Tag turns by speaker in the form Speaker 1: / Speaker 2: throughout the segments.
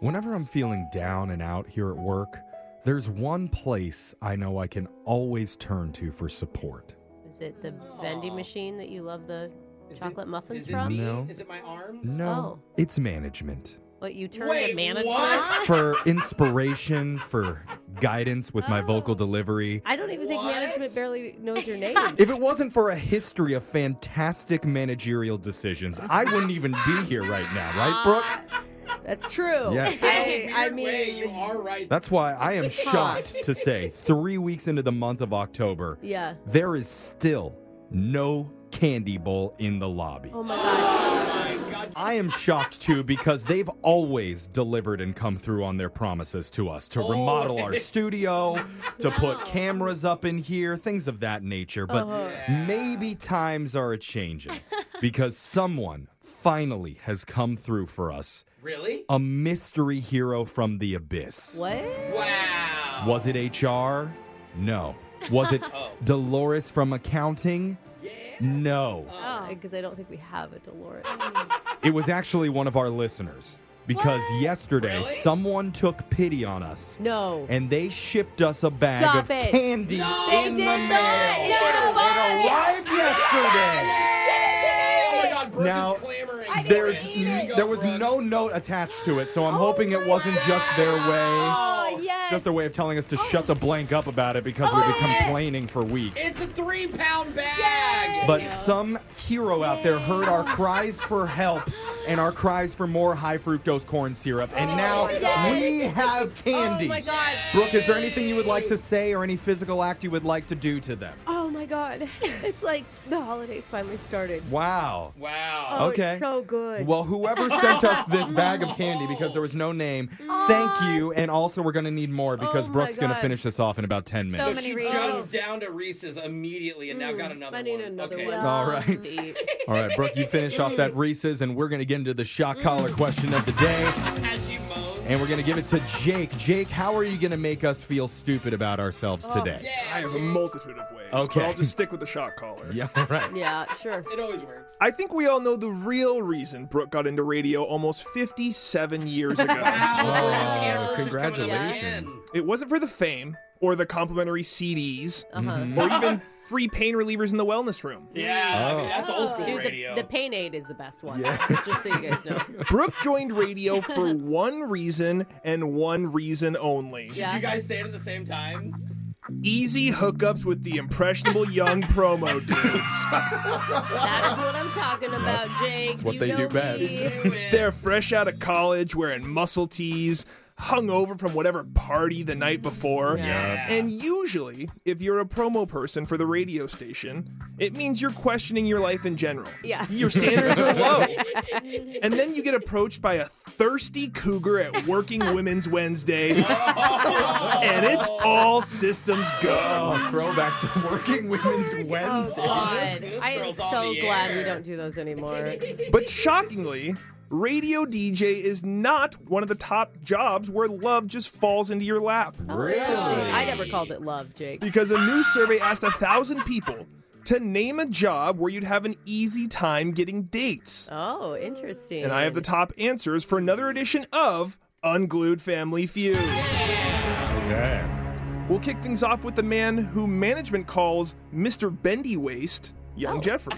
Speaker 1: Whenever I'm feeling down and out here at work, there's one place I know I can always turn to for support.
Speaker 2: Is it the vending machine that you love the
Speaker 3: Is it-
Speaker 2: chocolate muffins
Speaker 3: Is it
Speaker 2: from?
Speaker 3: me?
Speaker 1: No.
Speaker 3: Is it my arms?
Speaker 1: No, it's management.
Speaker 2: But you turn
Speaker 3: Wait,
Speaker 2: to management.
Speaker 3: what?
Speaker 1: For inspiration, for guidance with my vocal delivery.
Speaker 2: I don't even think
Speaker 3: What?
Speaker 2: management barely knows your name.
Speaker 1: If it wasn't for a history of fantastic managerial decisions, I wouldn't even be here right now, right, Brooke?
Speaker 2: That's true.
Speaker 1: Yes.
Speaker 2: I, I
Speaker 3: Weird way, you
Speaker 2: mean,
Speaker 3: are right.
Speaker 1: That's why I am shocked to say, three weeks into the month of October,
Speaker 2: yeah.
Speaker 1: there is still no candy bowl in the lobby.
Speaker 2: Oh my god.
Speaker 3: oh my God.
Speaker 1: I am shocked too because they've always delivered and come through on their promises to us to remodel our studio, to put cameras up in here, things of that nature. But
Speaker 2: Uh-huh.
Speaker 1: maybe times are a changing because someone finally has come through for us
Speaker 3: Really?
Speaker 1: a mystery hero from the abyss.
Speaker 2: What?
Speaker 3: Wow.
Speaker 1: Was it HR? No. Was it
Speaker 3: Oh.
Speaker 1: Dolores from accounting?
Speaker 3: Yeah.
Speaker 1: No.
Speaker 3: Oh.
Speaker 2: Because I don't think we have a Dolores.
Speaker 1: It was actually one of our listeners because yesterday
Speaker 3: Really?
Speaker 1: someone took pity on us
Speaker 2: No.
Speaker 1: and they shipped us a bag
Speaker 2: Stop
Speaker 1: of
Speaker 2: it.
Speaker 1: candy
Speaker 2: They
Speaker 1: in
Speaker 2: did
Speaker 1: the
Speaker 2: not.
Speaker 1: mail.
Speaker 2: It's not
Speaker 1: It arrived yesterday.
Speaker 3: Oh my God, Brooke
Speaker 1: Now,
Speaker 3: is clamoring. for
Speaker 1: There's
Speaker 3: it. Here you go,
Speaker 1: there was
Speaker 3: Brooke.
Speaker 1: no note attached to it, so I'm hoping it wasn't just their way.
Speaker 2: Oh, yes.
Speaker 1: Just a way of telling us to
Speaker 2: Oh.
Speaker 1: shut the blank up about it because we've been complaining for weeks.
Speaker 3: It's a three pound bag.
Speaker 1: But some hero out there heard our cries for help and our cries for more high fructose corn syrup, and
Speaker 4: Oh,
Speaker 1: now we have candy.
Speaker 2: Oh my god.
Speaker 1: Brooke, is there anything you would like to say or any physical act you would like to do to them?
Speaker 2: Oh my god. It's like the holidays finally started.
Speaker 1: Wow.
Speaker 3: Wow.
Speaker 4: Oh, it's
Speaker 1: Okay.
Speaker 4: so good.
Speaker 1: Well, whoever sent us this bag of candy because there was no name, thank you. And also, we're going to need more because
Speaker 4: Oh my
Speaker 1: Brooke's going to
Speaker 4: God.
Speaker 1: finish this off in about 10
Speaker 4: So
Speaker 1: minutes.
Speaker 4: many
Speaker 3: she
Speaker 4: reasons.
Speaker 3: goes down to Reese's immediately and now got
Speaker 2: Hmm,
Speaker 3: another
Speaker 2: I need
Speaker 3: one.
Speaker 2: another
Speaker 3: okay.
Speaker 2: one.
Speaker 1: All right.
Speaker 2: Deep.
Speaker 1: All right, Brooke, you finish off that Reese's, and we're going to get into the shock collar question of the day.
Speaker 3: As you moan.
Speaker 1: And we're going to give it to Jake. Jake, how are you going to make us feel stupid about
Speaker 2: Oh,
Speaker 1: ourselves today?
Speaker 3: Yeah.
Speaker 5: I have a multitude of ways.
Speaker 1: Okay.
Speaker 5: But I'll just stick with the shock collar.
Speaker 1: Yeah, all right.
Speaker 2: Yeah, sure.
Speaker 3: It always works.
Speaker 5: I think we all know the real reason Brooke got into radio almost 57 years ago.
Speaker 1: Oh,
Speaker 3: Brooke,
Speaker 1: congratulations.
Speaker 5: it wasn't for the fame or the complimentary CDs
Speaker 2: Uh-huh.
Speaker 1: Mm-hmm.
Speaker 5: or even free pain relievers in the wellness room.
Speaker 3: Yeah, I
Speaker 1: Oh.
Speaker 3: mean, that's old school
Speaker 2: Dude,
Speaker 3: radio.
Speaker 2: the, the pain aid is the best one. Just so you guys know.
Speaker 5: Brooke joined radio for one reason and one reason only.
Speaker 2: Yeah.
Speaker 3: Did you guys say it at the same time?
Speaker 5: Easy hookups with the impressionable young promo dudes.
Speaker 2: That is what I'm talking about, Jake. That's
Speaker 1: what
Speaker 2: you
Speaker 1: they do
Speaker 2: know
Speaker 1: best.
Speaker 2: me.
Speaker 3: Do it.
Speaker 5: They're fresh out of college, wearing muscle tees, hung over from whatever party the night before.
Speaker 3: Yeah.
Speaker 5: And usually, if you're a promo person for the radio station, it means you're questioning your life in general.
Speaker 2: Yeah.
Speaker 5: Your standards are low. and then you get approached by a thirsty cougar at Working Women's Wednesday. and it's all systems go.
Speaker 1: Oh, throwback to Working Women's Wednesday.
Speaker 2: Oh, God,
Speaker 3: This
Speaker 2: I am
Speaker 3: girl's on
Speaker 2: so
Speaker 3: the
Speaker 2: glad
Speaker 3: air.
Speaker 2: we don't do those anymore.
Speaker 5: But shockingly, radio DJ is not one of the top jobs where love just falls into your lap.
Speaker 1: Really?
Speaker 2: I never called it love, Jake.
Speaker 5: because a new survey asked a thousand people to name a job where you'd have an easy time getting dates.
Speaker 2: Oh, interesting.
Speaker 5: And I have the top answers for another edition of Unglued Family Feud.
Speaker 1: Okay.
Speaker 5: We'll kick things off with the man who management calls Mr. Bendy Waist,
Speaker 1: Oh.
Speaker 5: young Jeffrey.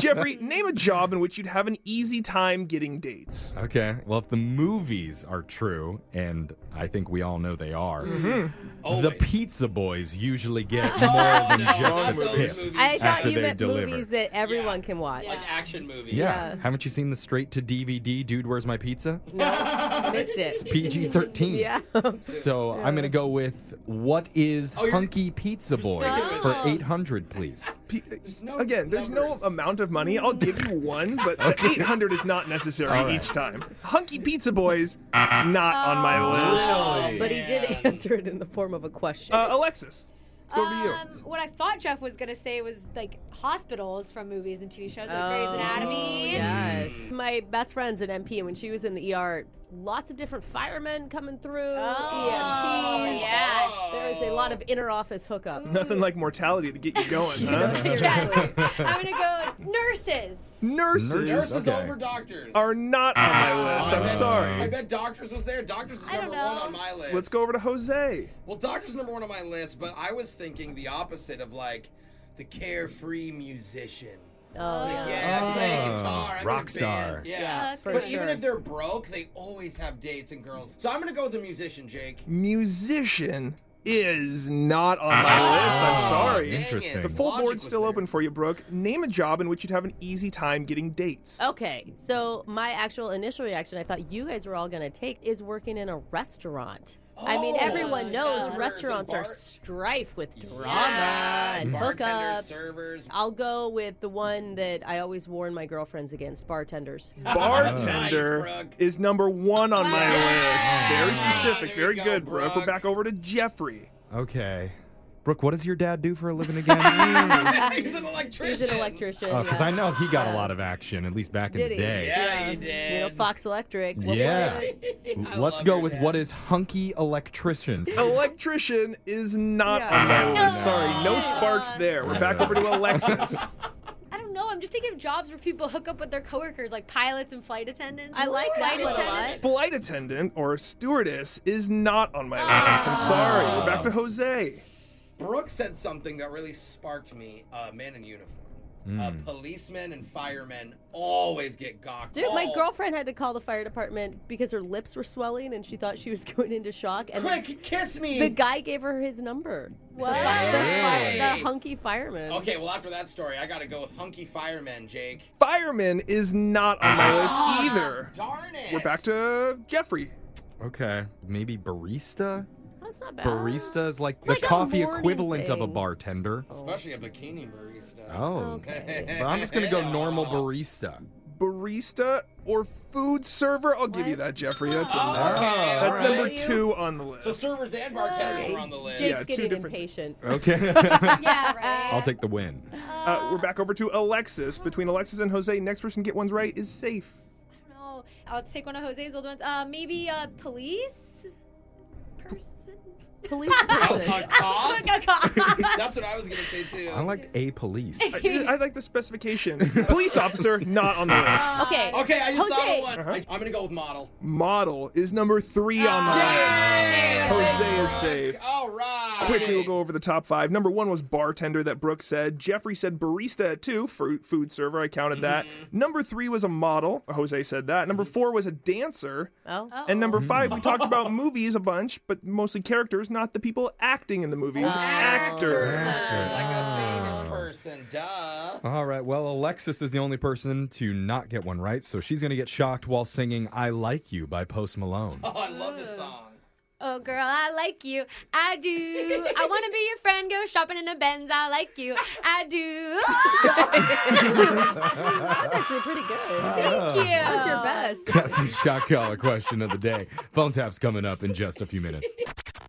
Speaker 5: Jeffrey, name a job in which you'd have an easy time getting dates.
Speaker 1: Okay. Well, if the movies are true, and I think we all know they are,
Speaker 2: Mm-hmm.
Speaker 3: Always.
Speaker 1: the pizza boys usually get more than
Speaker 3: not
Speaker 1: just
Speaker 3: those
Speaker 1: a tip.
Speaker 3: movies.
Speaker 2: I thought
Speaker 1: After
Speaker 2: you
Speaker 1: they
Speaker 2: meant
Speaker 1: deliver.
Speaker 2: movies that everyone can watch.
Speaker 3: like action movies.
Speaker 1: Yeah.
Speaker 2: Yeah.
Speaker 1: Haven't you seen the straight to DVD Dude Where's My Pizza?
Speaker 2: No, missed it.
Speaker 1: PG 13.
Speaker 2: Yeah.
Speaker 1: So I'm going to go with what is
Speaker 3: you're-
Speaker 1: Hunky Pizza Boys
Speaker 3: stupid.
Speaker 1: for 800, please?
Speaker 5: P- uh,
Speaker 3: There's no
Speaker 5: Again, there's
Speaker 3: numbers.
Speaker 5: no amount of money. I'll give you one, but 800 is not necessary
Speaker 1: All right.
Speaker 5: each time. Hunky Pizza Boys, not on
Speaker 3: Oh.
Speaker 5: my list.
Speaker 2: but he did answer it in the form of a question.
Speaker 5: Uh, Alexis, let's go to you.
Speaker 4: Um, what I thought Jeff was gonna say was like hospitals from movies and TV shows, like Grey's
Speaker 2: Oh,
Speaker 4: Anatomy.
Speaker 2: yeah. My best friend's an MP, and when she was in the ER, lots of different firemen coming through,
Speaker 3: Oh,
Speaker 2: EMTs.
Speaker 4: yeah.
Speaker 2: There is a lot of inner office hookups.
Speaker 5: Nothing like mortality to get you going, huh?
Speaker 2: Seriously.
Speaker 4: I'm gonna go Nurses.
Speaker 5: Nurses,
Speaker 1: Nurses?
Speaker 3: Nurses
Speaker 1: okay.
Speaker 3: over doctors.
Speaker 5: are not on my list. I'm
Speaker 3: Uh, I
Speaker 5: sorry.
Speaker 3: bet doctors was there. Doctors is
Speaker 4: I
Speaker 3: number
Speaker 4: don't
Speaker 3: one
Speaker 4: know.
Speaker 3: on my list.
Speaker 5: Let's go over to Jose.
Speaker 3: Well, doctors number one on my list, but I was thinking the opposite of like the carefree musician.
Speaker 2: Oh,
Speaker 3: It's
Speaker 2: yeah.
Speaker 3: like, yeah, I play
Speaker 1: Oh,
Speaker 3: guitar. I'm
Speaker 1: rock
Speaker 3: in a band.
Speaker 1: star.
Speaker 3: Yeah.
Speaker 2: Yeah,
Speaker 4: that's
Speaker 2: for
Speaker 3: but
Speaker 2: sure.
Speaker 3: even if they're broke, they always have dates and girls. So I'm gonna go with a musician, Jake.
Speaker 5: Musician is not on my list. I'm sorry.
Speaker 3: Ah. Oh, dang it.
Speaker 1: Interesting.
Speaker 5: The full
Speaker 3: Logic
Speaker 5: board's
Speaker 3: was
Speaker 5: still
Speaker 3: there.
Speaker 5: open for you, Brooke. Name a job in which you'd have an easy time getting dates.
Speaker 3: Oh.
Speaker 2: Okay, so my actual initial reaction I thought you guys were all going to take is working in a restaurant. I mean,
Speaker 3: Oh,
Speaker 2: everyone knows
Speaker 4: yeah.
Speaker 2: restaurants are
Speaker 3: Bar-
Speaker 2: strife with drama
Speaker 3: Yeah,
Speaker 2: and
Speaker 3: Bartenders,
Speaker 2: hookups.
Speaker 3: servers.
Speaker 2: I'll go with the one that I always warn my girlfriends against bartenders.
Speaker 5: Bartender
Speaker 3: Nice, Brooke.
Speaker 5: is number one on my list. Very
Speaker 3: Yeah,
Speaker 5: specific.
Speaker 3: there
Speaker 5: Very
Speaker 3: you go,
Speaker 5: good, Brooke. We're
Speaker 3: Brooke.
Speaker 5: back over to Jeffrey.
Speaker 1: Okay. Brooke, what does your dad do for a living again?
Speaker 3: He's an electrician.
Speaker 2: He's an electrician.
Speaker 1: Because
Speaker 2: yeah.
Speaker 1: Oh, I know he got a
Speaker 2: Yeah.
Speaker 1: lot of action, at least back in
Speaker 2: Did
Speaker 1: the
Speaker 2: he?
Speaker 1: day.
Speaker 3: Yeah, you
Speaker 2: You know,
Speaker 3: did.
Speaker 2: Fox Electric. What was
Speaker 1: Yeah.
Speaker 2: it?
Speaker 3: I
Speaker 1: Let's
Speaker 3: love
Speaker 1: go
Speaker 3: your
Speaker 1: with
Speaker 3: dad.
Speaker 1: what is hunky electrician.
Speaker 5: Oh. Electrician is not
Speaker 4: Yeah.
Speaker 5: on my
Speaker 3: Ah.
Speaker 4: No.
Speaker 5: list. Sorry, no
Speaker 4: Yeah.
Speaker 5: sparks there. We're back
Speaker 1: Yeah.
Speaker 5: over to Alexis.
Speaker 4: I don't know. I'm just thinking of jobs where people hook up with their coworkers, like pilots and flight attendants.
Speaker 2: I like that one a lot.
Speaker 5: Flight attendant or stewardess is not on my list. I'm sorry. We're back to Jose.
Speaker 3: Brooke said something that really sparked me. Uh, man in uniform.
Speaker 5: Hmm.
Speaker 3: Uh, policemen and firemen always get gawked.
Speaker 2: Dude, my
Speaker 3: Oh,
Speaker 2: girlfriend had to call the fire department because her lips were swelling and she thought she was going into shock. And the,
Speaker 3: Quick, kiss me.
Speaker 2: the guy gave her his number.
Speaker 4: What?
Speaker 2: The, fi-
Speaker 3: Hey.
Speaker 2: the hunky fireman.
Speaker 3: Okay, well after that story, I gotta go with hunky firemen, Jake.
Speaker 5: Fireman is not on my list either.
Speaker 3: Darn it.
Speaker 5: We're back to Jeffrey.
Speaker 1: Okay. Maybe barista?
Speaker 2: That's not bad.
Speaker 1: Barista is like the
Speaker 2: Ah. like a
Speaker 1: coffee
Speaker 2: morning
Speaker 1: equivalent of a
Speaker 2: thing.
Speaker 1: bartender.
Speaker 3: Especially a bikini barista. Oh,
Speaker 1: Oh.
Speaker 2: Okay.
Speaker 1: But I'm just going to go normal barista.
Speaker 5: Barista or food server? I'll give you
Speaker 2: What?
Speaker 5: that, Jeffrey. That's,
Speaker 3: Oh,
Speaker 5: on there.
Speaker 3: okay,
Speaker 5: That's
Speaker 3: all
Speaker 2: right.
Speaker 5: number
Speaker 2: Will you?
Speaker 5: two on the list.
Speaker 3: So servers and bartenders
Speaker 2: Okay.
Speaker 3: are on the list.
Speaker 2: Jake's
Speaker 5: Yeah, two
Speaker 2: getting
Speaker 5: different-
Speaker 2: impatient.
Speaker 1: Okay.
Speaker 4: Yeah, right.
Speaker 1: I'll take the win.
Speaker 5: Uh, we're back over to Alexis. Between Alexis and Jose, next person to get one's right is safe.
Speaker 4: No, I'll take one of Jose's old ones. Uh, maybe uh, police person.
Speaker 2: Police
Speaker 3: A
Speaker 2: person.
Speaker 3: cop?
Speaker 4: Like a cop.
Speaker 3: That's what I was gonna say too.
Speaker 1: I liked a police.
Speaker 5: I, I like the specification. Police officer, not on the list.
Speaker 2: Okay.
Speaker 3: Okay, I just
Speaker 2: Jose.
Speaker 3: saw one.
Speaker 5: Uh-huh.
Speaker 3: I, am gonna go with model.
Speaker 5: Model is number three on the
Speaker 3: Hey,
Speaker 5: list. Jose is
Speaker 3: thanks, Brooke.
Speaker 5: safe.
Speaker 3: All right.
Speaker 5: Quickly, we'll go over the top five. Number one was bartender that Brooke said. Jeffrey said barista at two, for food server. I counted that. Number three was a model. Jose said that. Number four was a dancer.
Speaker 2: Oh.
Speaker 5: And number five, we talked about movies a bunch, but mostly characters, not the people acting in the movies.
Speaker 3: Oh.
Speaker 5: Actors.
Speaker 3: It's like a famous person, duh.
Speaker 1: All right. Well, Alexis is the only person to not get one right, so she's going to get shocked while singing I Like You by Post Malone.
Speaker 3: Oh, I love this song.
Speaker 4: Oh, girl, I like you. I do. I want to be your friend. Go shopping in a Benz. I like you. I do.
Speaker 2: That's actually pretty good.
Speaker 1: Oh,
Speaker 4: Thank you.
Speaker 2: That's your best.
Speaker 1: That's your shock collar question of the day. Phone tap's coming up in just a few minutes.